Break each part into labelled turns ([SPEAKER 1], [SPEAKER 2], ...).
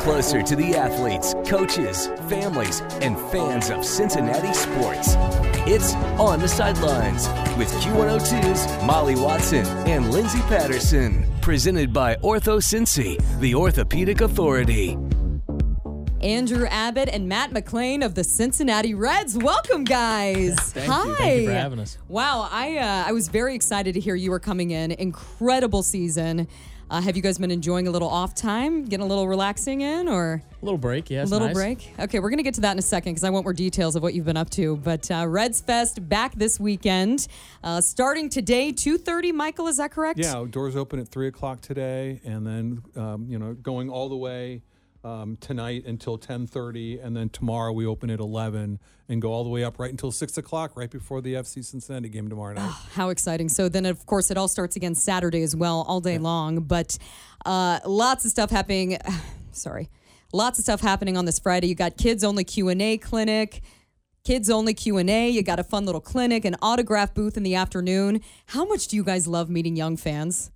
[SPEAKER 1] closer to the athletes, coaches, families, and fans of Cincinnati sports. It's On the Sidelines with Q102's Molly Watson and Lindsey Patterson. Presented by Ortho Cincy, the orthopedic authority.
[SPEAKER 2] Andrew Abbott and Matt McLean of the Cincinnati Reds. Welcome, guys.
[SPEAKER 3] Thank
[SPEAKER 2] Hi.
[SPEAKER 3] you. Thank you for having us.
[SPEAKER 2] Wow, I uh, I was very excited to hear you were coming in. Incredible season. Uh, have you guys been enjoying a little off time, getting a little relaxing in, or
[SPEAKER 3] A little break, yes.
[SPEAKER 2] a little
[SPEAKER 3] nice.
[SPEAKER 2] break? Okay, we're gonna get to that in a second because I want more details of what you've been up to. But uh, Reds Fest back this weekend, uh, starting today, two thirty. Michael, is that correct?
[SPEAKER 4] Yeah, doors open at three o'clock today, and then um, you know going all the way um, tonight until ten thirty, and then tomorrow we open at eleven and go all the way up right until six o'clock, right before the FC Cincinnati game tomorrow night.
[SPEAKER 2] How exciting. So then, of course, it all starts again Saturday as well, all day long. But uh, lots of stuff happening. Sorry. Lots of stuff happening on this Friday. You got kids only Q&A clinic, kids only Q&A. You got a fun little clinic, an autograph booth in the afternoon. How much do you guys love meeting young fans?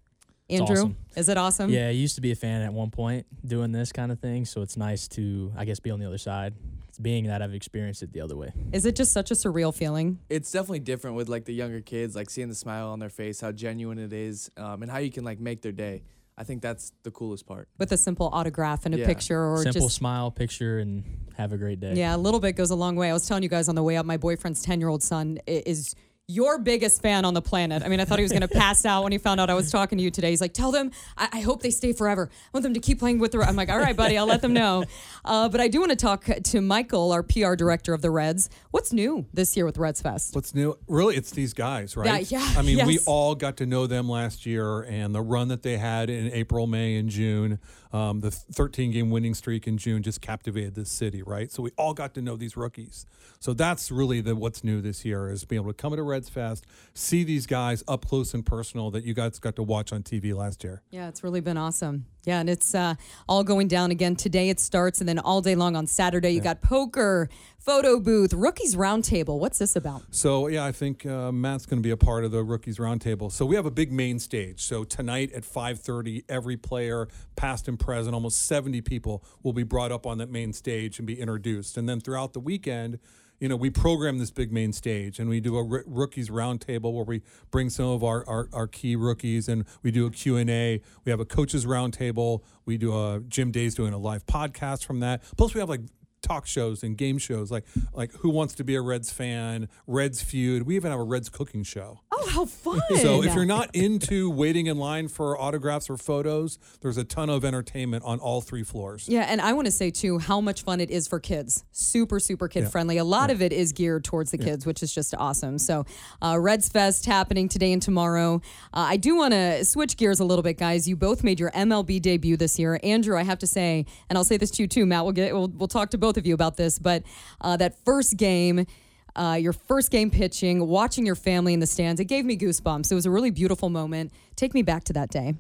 [SPEAKER 2] Andrew,
[SPEAKER 3] awesome.
[SPEAKER 2] is it awesome?
[SPEAKER 3] Yeah, I used to be a fan at one point doing this kind of thing, so it's nice to, I guess, be on the other side. It's being that I've experienced it the other way.
[SPEAKER 2] Is it just such a surreal feeling?
[SPEAKER 5] it's definitely different with like the younger kids, like seeing the smile on their face, how genuine it is, um, and how you can like make their day. I think that's the coolest part.
[SPEAKER 2] With a simple autograph and a
[SPEAKER 5] Yeah.
[SPEAKER 2] picture or
[SPEAKER 3] Simple
[SPEAKER 2] just
[SPEAKER 3] smile, picture, and have a great day.
[SPEAKER 2] Yeah, a little bit goes a long way. I was telling you guys on the way up, my boyfriend's 10 year old son i- is your biggest fan on the planet. I mean, I thought he was going to pass out when he found out I was talking to you today. He's like, tell them, I, I hope they stay forever. I want them to keep playing with the. Re-" I'm like, all right, buddy, I'll let them know. Uh, but I do want to talk to Michael, our PR director of the Reds. What's new this year with Reds Fest?
[SPEAKER 4] What's new? Really, it's these guys, right?
[SPEAKER 2] yeah,
[SPEAKER 4] I mean, we
[SPEAKER 2] yes.
[SPEAKER 4] all got to know them last year, and the run that they had in April, May, and June, um, the 13 game winning streak in June just captivated this city, right? So we all got to know these rookies. So that's really the what's new this year is being able to come to Reds Fest, see these guys up close and personal that you guys got to watch on TV last year.
[SPEAKER 2] Yeah, it's really been awesome. Yeah, and it's uh, all going down again today. It starts, and then all day long on Saturday, you got poker, photo booth, rookies roundtable. What's this about?
[SPEAKER 4] So yeah, I think uh, Matt's going to be a part of the rookies roundtable. So we have a big main stage. So tonight at 5:30, every player, past and present, almost 70 people will be brought up on that main stage and be introduced. And then throughout the weekend, you know, we program this big main stage and we do a r- rookies roundtable where we bring some of our, our, our key rookies and we do a Q&A. We have a coaches roundtable. We do a Jim Day's doing a live podcast from that. Plus we have like talk shows and game shows like like who wants to be a Reds fan, Reds feud. We even have a Reds cooking show.
[SPEAKER 2] Oh, how fun!
[SPEAKER 4] So if you're not into waiting in line for autographs or photos, there's a ton of entertainment on all three floors.
[SPEAKER 2] Yeah, and I want to say too how much fun it is for kids. Super, super kid friendly. A lot of it is geared towards the kids, which is just awesome. So, uh, Reds Fest happening today and tomorrow. Uh, I do want to switch gears a little bit, guys. You both made your MLB debut this year, Andrew. I have to say, and I'll say this to you too, Matt. We'll get we'll, we'll talk to both of you about this, but uh, that first game. Uh, your first game pitching, watching your family in the stands, it gave me goosebumps. It was a really beautiful moment. Take me back to that day.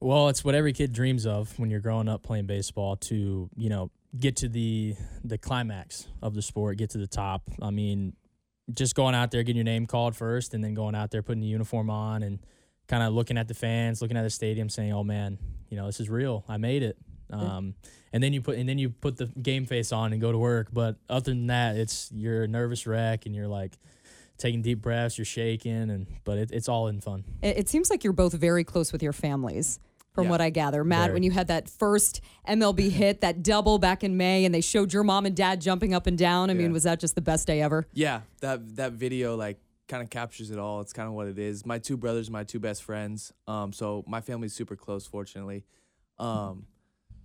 [SPEAKER 3] Well, it's what every kid dreams of when you're growing up playing baseball to, you know, get to the the climax of the sport, get to the top. I mean, just going out there getting your name called first and then going out there putting the uniform on and kind of looking at the fans, looking at the stadium saying, "Oh man, you know, this is real. I made it." Um, and then you put and then you put the game face on and go to work, but other than that, it's you're a nervous wreck and you're like taking deep breaths, you're shaking and but it, it's all in fun.
[SPEAKER 2] It, it seems like you're both very close with your families, from
[SPEAKER 3] Yeah.
[SPEAKER 2] what I gather. Matt,
[SPEAKER 3] Very.
[SPEAKER 2] when you had that first MLB hit, that double back in May, and they showed your mom and dad jumping up and down. I mean,
[SPEAKER 5] Yeah.
[SPEAKER 2] was that just the best day ever?
[SPEAKER 5] Yeah, that that video like kind of captures it all. It's kind of what it is. My two brothers, are my two best friends. Um, so my family's super close, fortunately. Um,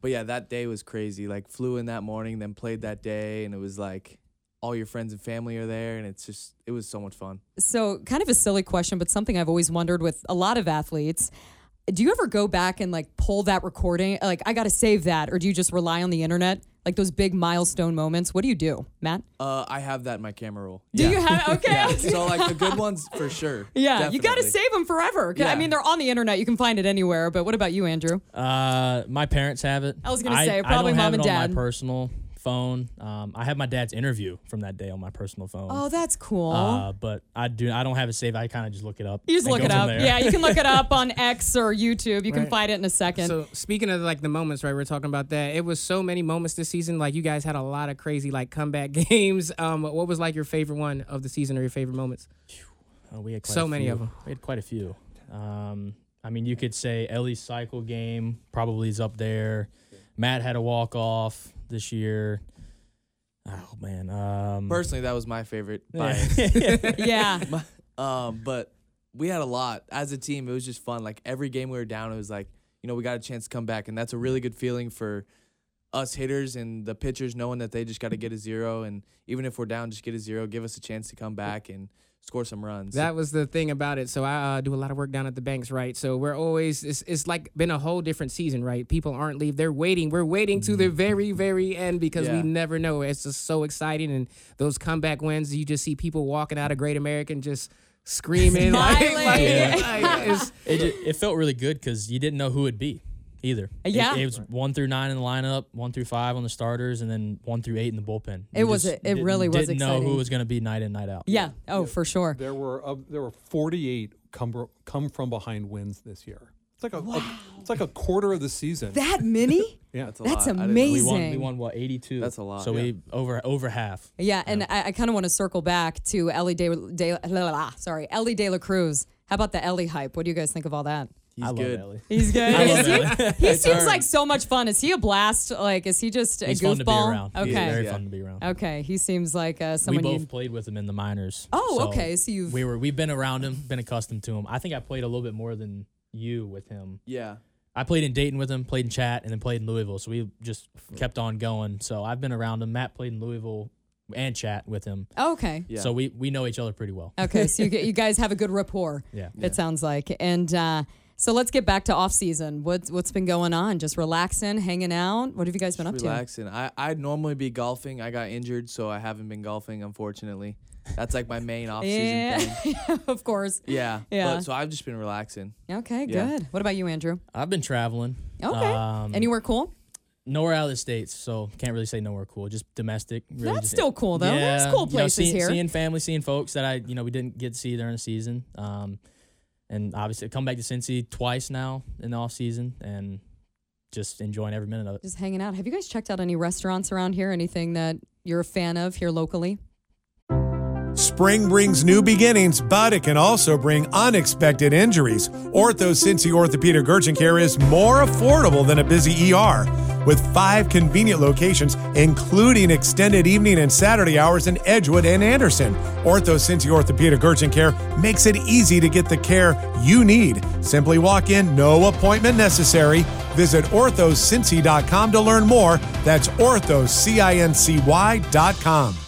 [SPEAKER 5] but yeah, that day was crazy. Like flew in that morning, then played that day, and it was like all your friends and family are there, and it's just it was so much fun.
[SPEAKER 2] So, kind of a silly question, but something I've always wondered with a lot of athletes. Do you ever go back and like pull that recording? Like, I got to save that. Or do you just rely on the internet? Like those big milestone moments. What do you do, Matt?
[SPEAKER 5] Uh, I have that in my camera roll.
[SPEAKER 2] Do you have, okay.
[SPEAKER 5] Yeah, so like the good ones for sure.
[SPEAKER 2] Yeah, you got to
[SPEAKER 5] definitely.
[SPEAKER 2] save them forever. 'Cause, I
[SPEAKER 5] Yeah.
[SPEAKER 2] mean, they're on the internet. You can find it anywhere.
[SPEAKER 3] Um,
[SPEAKER 2] But what about you, Andrew?
[SPEAKER 3] Uh, my parents have it.
[SPEAKER 2] I was gonna say,
[SPEAKER 3] I
[SPEAKER 2] probably
[SPEAKER 3] don't
[SPEAKER 2] mom
[SPEAKER 3] have
[SPEAKER 2] and
[SPEAKER 3] it on
[SPEAKER 2] dad.
[SPEAKER 3] my personal phone. Um, I have my dad's interview from that day on my personal phone.
[SPEAKER 2] Oh, that's cool.
[SPEAKER 3] Uh, but I do. I don't have it saved. I kind of just look it up.
[SPEAKER 2] you just
[SPEAKER 3] and
[SPEAKER 2] look
[SPEAKER 3] go
[SPEAKER 2] it
[SPEAKER 3] from
[SPEAKER 2] up.
[SPEAKER 3] there.
[SPEAKER 2] Yeah, you can look it up on X or YouTube. You can
[SPEAKER 6] Right.
[SPEAKER 2] find it in a second.
[SPEAKER 6] So speaking of like the moments, right? We're talking about that. It was so many moments this season. Like you guys had a lot of crazy like comeback games. Um, what was like your favorite one of the season or your favorite moments?
[SPEAKER 3] Uh, we had quite
[SPEAKER 6] So
[SPEAKER 3] a
[SPEAKER 6] many
[SPEAKER 3] few.
[SPEAKER 6] of 'em.
[SPEAKER 3] We had quite a few. Um, I mean, you could say Ellie's cycle game probably is up there. Matt had a walk off this year. Oh man.
[SPEAKER 2] Mm.
[SPEAKER 3] Um,
[SPEAKER 5] Personally, that was my favorite. Bias.
[SPEAKER 3] yeah.
[SPEAKER 2] yeah.
[SPEAKER 5] Um, but we had a lot as a team. It was just fun. Like every game we were down, it was like you know we got a chance to come back, and that's a really good feeling for us hitters and the pitchers, knowing that they just got to get a zero, and even if we're down, just get a zero, give us a chance to come back and score some runs.
[SPEAKER 6] That was the thing about it. So I uh, do a lot of work down at the banks, right? So we're always it's, it's like been a whole different season, right? People aren't leave. They're waiting. We're waiting to the very very end because we
[SPEAKER 5] Yeah.
[SPEAKER 6] never know. It's just so exciting and those comeback wins. You just see people walking out of Great American just screaming like, like,
[SPEAKER 2] Smiling.
[SPEAKER 6] like, it's,
[SPEAKER 3] It, ju- it felt really good because you didn't know who it'd be either. It-
[SPEAKER 2] Yeah.
[SPEAKER 3] It, was one through nine in the lineup, one through five on the starters, and then one through eight in the bullpen.
[SPEAKER 2] It
[SPEAKER 3] You
[SPEAKER 2] was-
[SPEAKER 3] just
[SPEAKER 2] it really was
[SPEAKER 3] Didn't know
[SPEAKER 2] exciting.
[SPEAKER 3] who was going to be night in, night out.
[SPEAKER 2] Yeah. Oh, for sure.
[SPEAKER 4] There were uh, there were 48 come come from behind wins this year. It's like a, a- it's like a quarter of the season.
[SPEAKER 2] That many?
[SPEAKER 4] yeah,
[SPEAKER 5] that's, a
[SPEAKER 2] That's
[SPEAKER 5] lot. I didn't-
[SPEAKER 3] We
[SPEAKER 2] amazing.
[SPEAKER 3] won. We won what eighty two.
[SPEAKER 5] That's a lot.
[SPEAKER 3] So we over over half.
[SPEAKER 2] Yeah, and I, I kind of want to circle back to Ellie De, De la, la- la- sorry, Ellie De La Cruz. How about the Ellie hype? What do you guys think of all that?
[SPEAKER 5] He's
[SPEAKER 3] I love
[SPEAKER 5] good.
[SPEAKER 3] Ellie.
[SPEAKER 2] He's good.
[SPEAKER 3] I
[SPEAKER 2] Is
[SPEAKER 3] love
[SPEAKER 2] he,
[SPEAKER 3] Ellie.
[SPEAKER 2] he seems like so much fun. Is he a blast? Like, is he just a
[SPEAKER 3] He's
[SPEAKER 2] goofball?
[SPEAKER 3] fun to be around. He's
[SPEAKER 2] Okay,
[SPEAKER 3] very
[SPEAKER 5] Yeah.
[SPEAKER 3] fun to be around.
[SPEAKER 2] okay. He seems like uh,
[SPEAKER 3] we
[SPEAKER 2] someone.
[SPEAKER 3] both
[SPEAKER 2] you,
[SPEAKER 3] played with him in the minors.
[SPEAKER 2] Oh, okay, so you've-
[SPEAKER 3] we were we've been around him, been accustomed to him. I think I played a little bit more than you with him.
[SPEAKER 5] Yeah.
[SPEAKER 3] I played in Dayton with him, played in Chat, and then played in Louisville. So we just kept on going. So I've been around him. Matt played in Louisville and Chat with him.
[SPEAKER 2] okay.
[SPEAKER 5] Yeah.
[SPEAKER 3] So we we know each other pretty well.
[SPEAKER 2] Okay, so you, get- you guys have a good rapport.
[SPEAKER 3] Yeah.
[SPEAKER 2] It sounds like, and uh, so let's get back to off season. What's what's been going on? Just relaxing, hanging out. What have you guys been up to?
[SPEAKER 5] Relaxing. I I'd normally be golfing. I got injured, so I haven't been golfing. Unfortunately, that's like my main off season thing.
[SPEAKER 2] Yeah, of course.
[SPEAKER 5] Yeah.
[SPEAKER 2] Yeah.
[SPEAKER 5] But, so I've just been relaxing.
[SPEAKER 2] Okay,
[SPEAKER 5] Yeah.
[SPEAKER 2] good. What about you, Andrew?
[SPEAKER 3] I've been traveling.
[SPEAKER 2] Okay.
[SPEAKER 3] Um,
[SPEAKER 2] Anywhere cool?
[SPEAKER 3] nowhere out of the states, so can't really say nowhere cool. Just domestic. Really
[SPEAKER 2] That's
[SPEAKER 3] just-
[SPEAKER 2] still cool, though. There's cool
[SPEAKER 3] you know,
[SPEAKER 2] places
[SPEAKER 3] seeing,
[SPEAKER 2] here.
[SPEAKER 3] Seeing family, seeing folks that I you know we didn't get to see during the season. Um, and obviously I come back to Cincy twice now in the off season and just enjoying every minute of it.
[SPEAKER 2] Just hanging out. Have you guys checked out any restaurants around here? Anything that you're a fan of here locally?
[SPEAKER 7] Spring brings new beginnings, but it can also bring unexpected injuries. Ortho Cincy Orthopedic Urgent Care is more affordable than a busy ER. With five convenient locations, including extended evening and Saturday hours in Edgewood and Anderson, Ortho Cincy Orthopedic Urgent Care makes it easy to get the care you need. Simply walk in, no appointment necessary. Visit orthocincy.com to learn more. That's orthocincy.com.
[SPEAKER 2] Mm.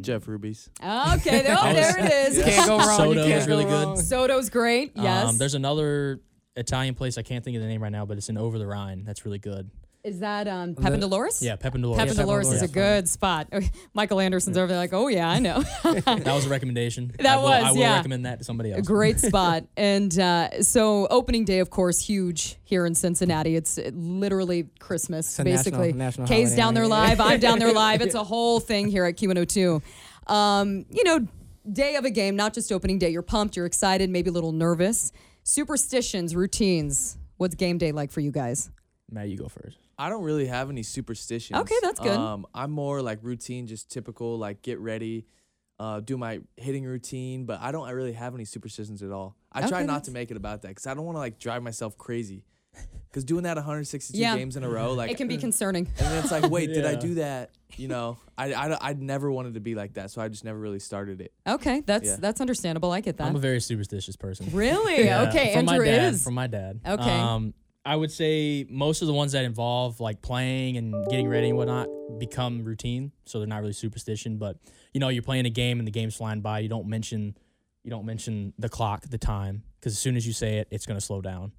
[SPEAKER 5] Jeff Ruby's.
[SPEAKER 2] Okay, there- oh, there it is.
[SPEAKER 6] can't go wrong.
[SPEAKER 3] Soda
[SPEAKER 6] you can't
[SPEAKER 3] is really
[SPEAKER 6] go
[SPEAKER 3] good.
[SPEAKER 6] wrong.
[SPEAKER 2] Soto's great. Yes.
[SPEAKER 3] Um, there's another Italian place I can't think of the name right now, but it's in Over the Rhine. That's really good.
[SPEAKER 2] is that um, Pep and Dolores?
[SPEAKER 3] Yeah, Pep and Dolores.
[SPEAKER 2] Pep and Dolores is
[SPEAKER 3] Yeah.
[SPEAKER 2] a good spot. Michael Anderson's over there, like, oh yeah, I know.
[SPEAKER 3] That was a recommendation.
[SPEAKER 2] That
[SPEAKER 3] I will,
[SPEAKER 2] was,
[SPEAKER 3] I will
[SPEAKER 2] yeah.
[SPEAKER 3] recommend that to somebody
[SPEAKER 2] A
[SPEAKER 3] else.
[SPEAKER 2] great spot. And uh, so opening day, of course, huge here in Cincinnati. It's literally Christmas,
[SPEAKER 6] a national-
[SPEAKER 2] basically.
[SPEAKER 6] national
[SPEAKER 2] Kay's
[SPEAKER 6] holiday,
[SPEAKER 2] down there
[SPEAKER 6] right?
[SPEAKER 2] live. I'm down there live. It's a whole thing here at Q102. Um, you know, day of a game, not just opening day. You're pumped. You're excited. Maybe a little nervous. Superstitions, routines. What's game day like for you guys?
[SPEAKER 3] Matt, you go first.
[SPEAKER 5] I don't really have any superstitions.
[SPEAKER 2] Okay, that's good.
[SPEAKER 5] Um, I'm more like routine, just typical, like get ready, uh, do my hitting routine, but I don't really have any superstitions at all. I try
[SPEAKER 2] Okay,
[SPEAKER 5] not to make it about that because I don't want to like drive myself crazy. Because doing that 162
[SPEAKER 2] Yeah.
[SPEAKER 5] games in a row, like, mm.
[SPEAKER 2] It can be concerning.
[SPEAKER 5] and then it's like, wait, did I
[SPEAKER 3] Yeah.
[SPEAKER 5] do that? You know, I, I, I never wanted to be like that, so I just never really started it.
[SPEAKER 2] Okay, that's
[SPEAKER 5] Yeah.
[SPEAKER 2] that's understandable. I get that.
[SPEAKER 3] I'm a very superstitious person.
[SPEAKER 2] really?
[SPEAKER 3] Yeah,
[SPEAKER 2] Okay,
[SPEAKER 3] from
[SPEAKER 2] Andrew
[SPEAKER 3] my dad,
[SPEAKER 2] is.
[SPEAKER 3] from my dad.
[SPEAKER 2] Okay.
[SPEAKER 3] Um, I would say most of the ones that involve like playing and getting ready and whatnot become routine, so they're not really superstition. But you know, you're playing a game and the game's flying by. You don't mention, you don't mention the clock, the time, because as soon as you say it, it's gonna slow down.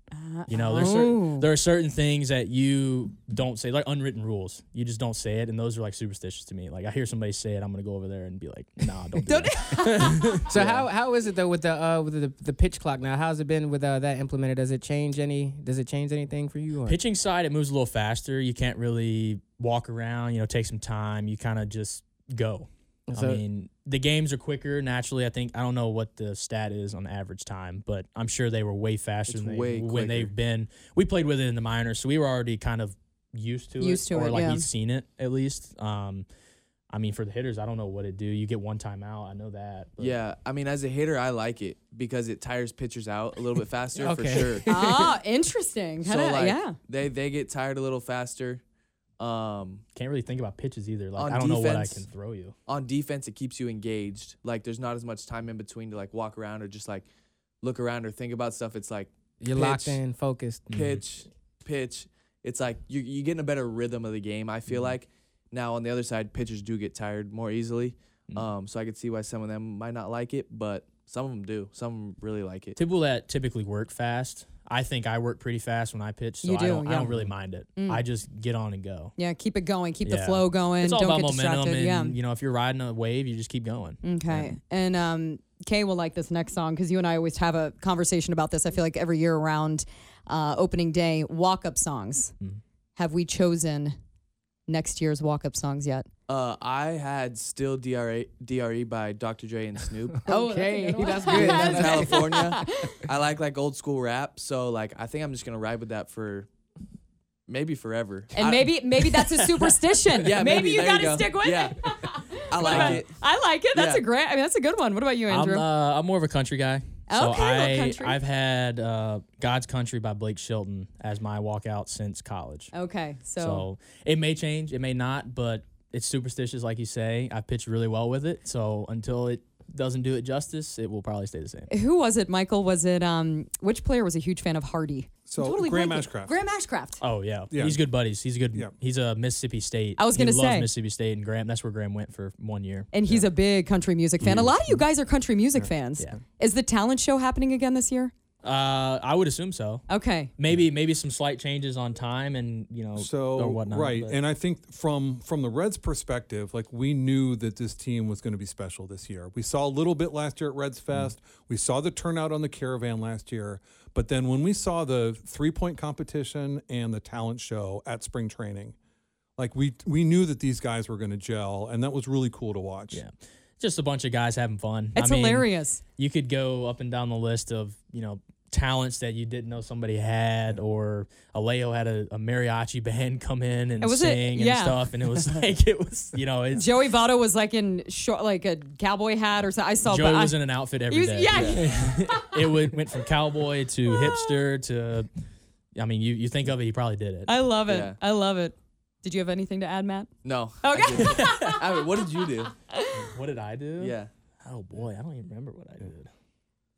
[SPEAKER 3] You know, there's
[SPEAKER 2] oh.
[SPEAKER 3] certain, there are certain things that you don't say, like unwritten rules. You just don't say it, and those are like superstitious to me. Like I hear somebody say it, I'm gonna go over there and be like, Nah, don't do that.
[SPEAKER 6] So how how is it though with the uh with the, the pitch clock now? How's it been with uh, that implemented? Does it change any? Does it change anything for you? Or?
[SPEAKER 3] pitching side it moves a little faster you can't really walk around, you know, take some time. You kind of just go.
[SPEAKER 6] So-
[SPEAKER 3] I mean, the games are quicker naturally. I think I don't know what the stat is on average time, but I'm sure they were way faster
[SPEAKER 5] It's
[SPEAKER 3] than they,
[SPEAKER 5] way
[SPEAKER 3] when they've
[SPEAKER 5] quicker.
[SPEAKER 3] been. We played with it in the minors, so we were already kind of used to
[SPEAKER 2] Used
[SPEAKER 3] it,
[SPEAKER 2] to
[SPEAKER 3] or
[SPEAKER 2] it,
[SPEAKER 3] like
[SPEAKER 2] yeah.
[SPEAKER 3] we'd seen it at least. Um, I mean, for the hitters, I don't know what it do. You get one timeout, I know that. but-
[SPEAKER 5] Yeah, I mean, as a hitter, I like it because it tires pitchers out a little bit faster
[SPEAKER 6] Okay.
[SPEAKER 5] for sure.
[SPEAKER 2] ah, interesting.
[SPEAKER 5] so
[SPEAKER 2] Kinda-
[SPEAKER 5] like,
[SPEAKER 2] yeah.
[SPEAKER 5] they they get tired a little faster. Um,
[SPEAKER 3] can't really think about pitches either. Like
[SPEAKER 5] On
[SPEAKER 3] I don't know what I
[SPEAKER 5] defense-
[SPEAKER 3] can throw you.
[SPEAKER 5] on defense, it keeps you engaged. Like there's not as much time in between to like walk around or just like look around or think about stuff. It's like
[SPEAKER 6] You're locked
[SPEAKER 5] pitch,
[SPEAKER 6] in, Mm-hmm. focused.
[SPEAKER 5] pitch, pitch. It's like you you get in a better rhythm of the game. I feel
[SPEAKER 6] Mm-hmm.
[SPEAKER 5] like now on the other side, pitchers do get tired more easily.
[SPEAKER 6] Mm-hmm.
[SPEAKER 5] Um, so I could see why some of them might not like it, but some of them do. Some of 'em really like it.
[SPEAKER 3] People that typically work fast, I think I work pretty fast when I pitch, so
[SPEAKER 2] You
[SPEAKER 3] I,
[SPEAKER 2] do,
[SPEAKER 3] don't, I
[SPEAKER 2] yeah. Mm.
[SPEAKER 3] don't really mind it. I just get on and go.
[SPEAKER 2] Yeah, keep it going. Keep the
[SPEAKER 3] Yeah.
[SPEAKER 2] flow going.
[SPEAKER 3] It's all
[SPEAKER 2] Don't
[SPEAKER 3] about
[SPEAKER 2] get
[SPEAKER 3] momentum,
[SPEAKER 2] distracted.
[SPEAKER 3] and
[SPEAKER 2] yeah. Mm-hmm.
[SPEAKER 3] you know, if you're riding a wave, you just keep going.
[SPEAKER 2] Okay. And um, Kay will like this next song because you and I always have a conversation about this. I feel like every year around uh, opening day, walk up songs.
[SPEAKER 3] Mm-hmm.
[SPEAKER 2] Have we chosen next year's walk up songs yet?
[SPEAKER 5] Uh, I had still DRE, DRE E by Dr. Dre and Snoop.
[SPEAKER 6] Okay, Oh, that's
[SPEAKER 5] Being from
[SPEAKER 6] good. That's-
[SPEAKER 5] California. I like like old school rap, so like I think I'm just gonna ride with that for maybe forever.
[SPEAKER 2] And
[SPEAKER 5] I-
[SPEAKER 2] maybe maybe that's a superstition.
[SPEAKER 5] yeah, maybe,
[SPEAKER 2] you
[SPEAKER 5] there
[SPEAKER 2] got to
[SPEAKER 5] go.
[SPEAKER 2] stick with
[SPEAKER 5] yeah.
[SPEAKER 2] it.
[SPEAKER 5] I like it.
[SPEAKER 2] I like it. That's a
[SPEAKER 5] Yeah.
[SPEAKER 2] great. I mean, that's a good one. What about you,
[SPEAKER 3] I'm
[SPEAKER 2] Andrew?
[SPEAKER 3] uh, I'm more of a country guy. So
[SPEAKER 2] Okay, well,
[SPEAKER 3] I
[SPEAKER 2] country.
[SPEAKER 3] I've had uh, God's Country by Blake Shelton as my walkout since college.
[SPEAKER 2] okay, Oh, so,
[SPEAKER 3] So it may change, it may not, but it's superstitious, like you say. I pitch really well with it, so until it doesn't do it justice, it will probably stay the same.
[SPEAKER 2] who was it? Michael? Was it um? Which player was a huge fan of Hardy?
[SPEAKER 4] So,
[SPEAKER 2] blanked
[SPEAKER 4] Graham
[SPEAKER 2] it.
[SPEAKER 4] Ashcraft.
[SPEAKER 2] Graham Ashcraft.
[SPEAKER 3] Oh yeah.
[SPEAKER 4] Yeah.
[SPEAKER 3] he's good buddies. He's a good.
[SPEAKER 4] Yeah.
[SPEAKER 3] He's a Mississippi State.
[SPEAKER 2] I was
[SPEAKER 3] He
[SPEAKER 2] gonna
[SPEAKER 3] loves
[SPEAKER 2] say.
[SPEAKER 3] Mississippi State and Graham. That's where Graham went for one year.
[SPEAKER 2] and he's a big country music fan. A lot of you guys are country music fans.
[SPEAKER 3] Yeah.
[SPEAKER 2] Is the talent show happening again this year?
[SPEAKER 3] Uh, I would assume so.
[SPEAKER 2] Okay.
[SPEAKER 3] Maybe maybe some slight changes on time and you know
[SPEAKER 4] so
[SPEAKER 3] or whatnot.
[SPEAKER 4] right
[SPEAKER 3] but-
[SPEAKER 4] and i think from from the reds perspective like we knew that this team was going to be special this year we saw a little bit last year at reds
[SPEAKER 3] Mm.
[SPEAKER 4] fest we saw the turnout on the caravan last year but then when we saw the three point competition and the talent show at spring training like we we knew that these guys were going to gel and that was really cool to watch
[SPEAKER 3] yeah, just a bunch of guys having fun.
[SPEAKER 2] It's
[SPEAKER 3] I mean,
[SPEAKER 2] hilarious.
[SPEAKER 3] You could go up and down the list of you know talents that you didn't know somebody had, or Alejo had a, a mariachi band come in and
[SPEAKER 2] It was a-
[SPEAKER 3] sing and
[SPEAKER 2] yeah.
[SPEAKER 3] stuff, and it was like it was you know it's
[SPEAKER 2] Joey Votto was like in short, like a cowboy hat or something. I saw.
[SPEAKER 3] Joey
[SPEAKER 2] but
[SPEAKER 3] was
[SPEAKER 2] I,
[SPEAKER 3] in an outfit
[SPEAKER 2] he
[SPEAKER 3] every
[SPEAKER 2] was,
[SPEAKER 3] day.
[SPEAKER 2] yeah.
[SPEAKER 3] it would, went from cowboy to hipster to. I mean, you, you think of it, he probably did it.
[SPEAKER 2] I love it.
[SPEAKER 5] Yeah.
[SPEAKER 2] I love it. Did you have anything to add, Matt?
[SPEAKER 5] No.
[SPEAKER 2] Okay.
[SPEAKER 5] I didn't. I mean, what did you do?
[SPEAKER 3] what did I do?
[SPEAKER 5] Yeah.
[SPEAKER 3] Oh boy, I don't even remember what I did.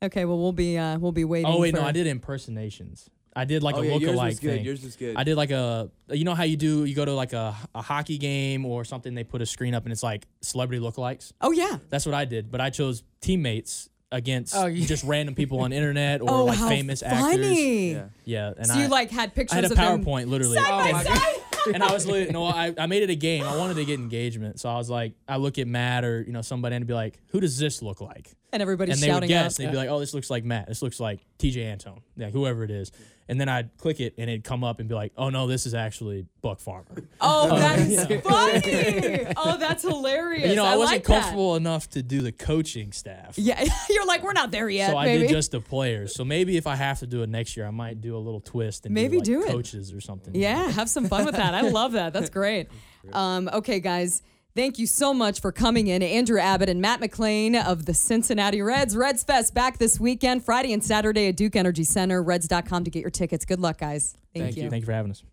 [SPEAKER 2] Okay. Well, we'll be uh, we'll be waiting.
[SPEAKER 3] Oh wait, no,
[SPEAKER 2] for-
[SPEAKER 3] I did impersonations. I did like
[SPEAKER 5] oh
[SPEAKER 3] a
[SPEAKER 5] yeah,
[SPEAKER 3] look
[SPEAKER 5] yours
[SPEAKER 3] lookalike
[SPEAKER 5] was good.
[SPEAKER 3] thing.
[SPEAKER 5] Yours was good.
[SPEAKER 3] I did like a, you know how you do, you go to like a, a hockey game or something, they put a screen up and it's like celebrity lookalikes.
[SPEAKER 2] Oh yeah.
[SPEAKER 3] That's what I did, but I chose teammates against
[SPEAKER 6] Oh, yeah.
[SPEAKER 3] just random people on internet or
[SPEAKER 2] Oh
[SPEAKER 3] like
[SPEAKER 2] how
[SPEAKER 3] famous actors.
[SPEAKER 2] funny.
[SPEAKER 5] Yeah.
[SPEAKER 3] Yeah, and
[SPEAKER 2] So
[SPEAKER 3] I
[SPEAKER 2] you like had pictures.
[SPEAKER 3] I had a
[SPEAKER 2] of them-
[SPEAKER 3] PowerPoint oh literally.
[SPEAKER 2] Side by
[SPEAKER 6] my
[SPEAKER 2] side.
[SPEAKER 3] and I was literally, no, I, I made it a game. I wanted to get engagement. So I was like, I look at Matt or, you know, somebody and be like, who does this look like?
[SPEAKER 2] And everybody's
[SPEAKER 3] and they would
[SPEAKER 2] shouting
[SPEAKER 3] guess.
[SPEAKER 2] out.
[SPEAKER 3] And they'd be like, oh, this looks like Matt. This looks like TJ Antone, like whoever it is. And then I'd click it and it'd come up and be like, oh, no, this is actually Buck Farmer.
[SPEAKER 2] Oh, that is funny. Oh, that's hilarious.
[SPEAKER 3] you know, I,
[SPEAKER 2] I
[SPEAKER 3] wasn't
[SPEAKER 2] like that.
[SPEAKER 3] comfortable enough to do the coaching staff.
[SPEAKER 2] Yeah, you're like we're not there yet.
[SPEAKER 3] So I
[SPEAKER 2] baby.
[SPEAKER 3] did just the players. So maybe if I have to do it next year, I might do a little twist and
[SPEAKER 2] Maybe
[SPEAKER 3] do, like,
[SPEAKER 2] do it.
[SPEAKER 3] coaches or something.
[SPEAKER 2] Yeah, have some fun with that. I love that. That's great. Um, okay, guys. Thank you so much for coming in. Andrew Abbott and Matt McLean of the Cincinnati Reds. Reds Fest back this weekend, Friday and Saturday at Duke Energy Center. Reds.com to get your tickets. Good luck, guys. Thank,
[SPEAKER 5] Thank
[SPEAKER 2] you.
[SPEAKER 5] you.
[SPEAKER 3] Thank you for having us.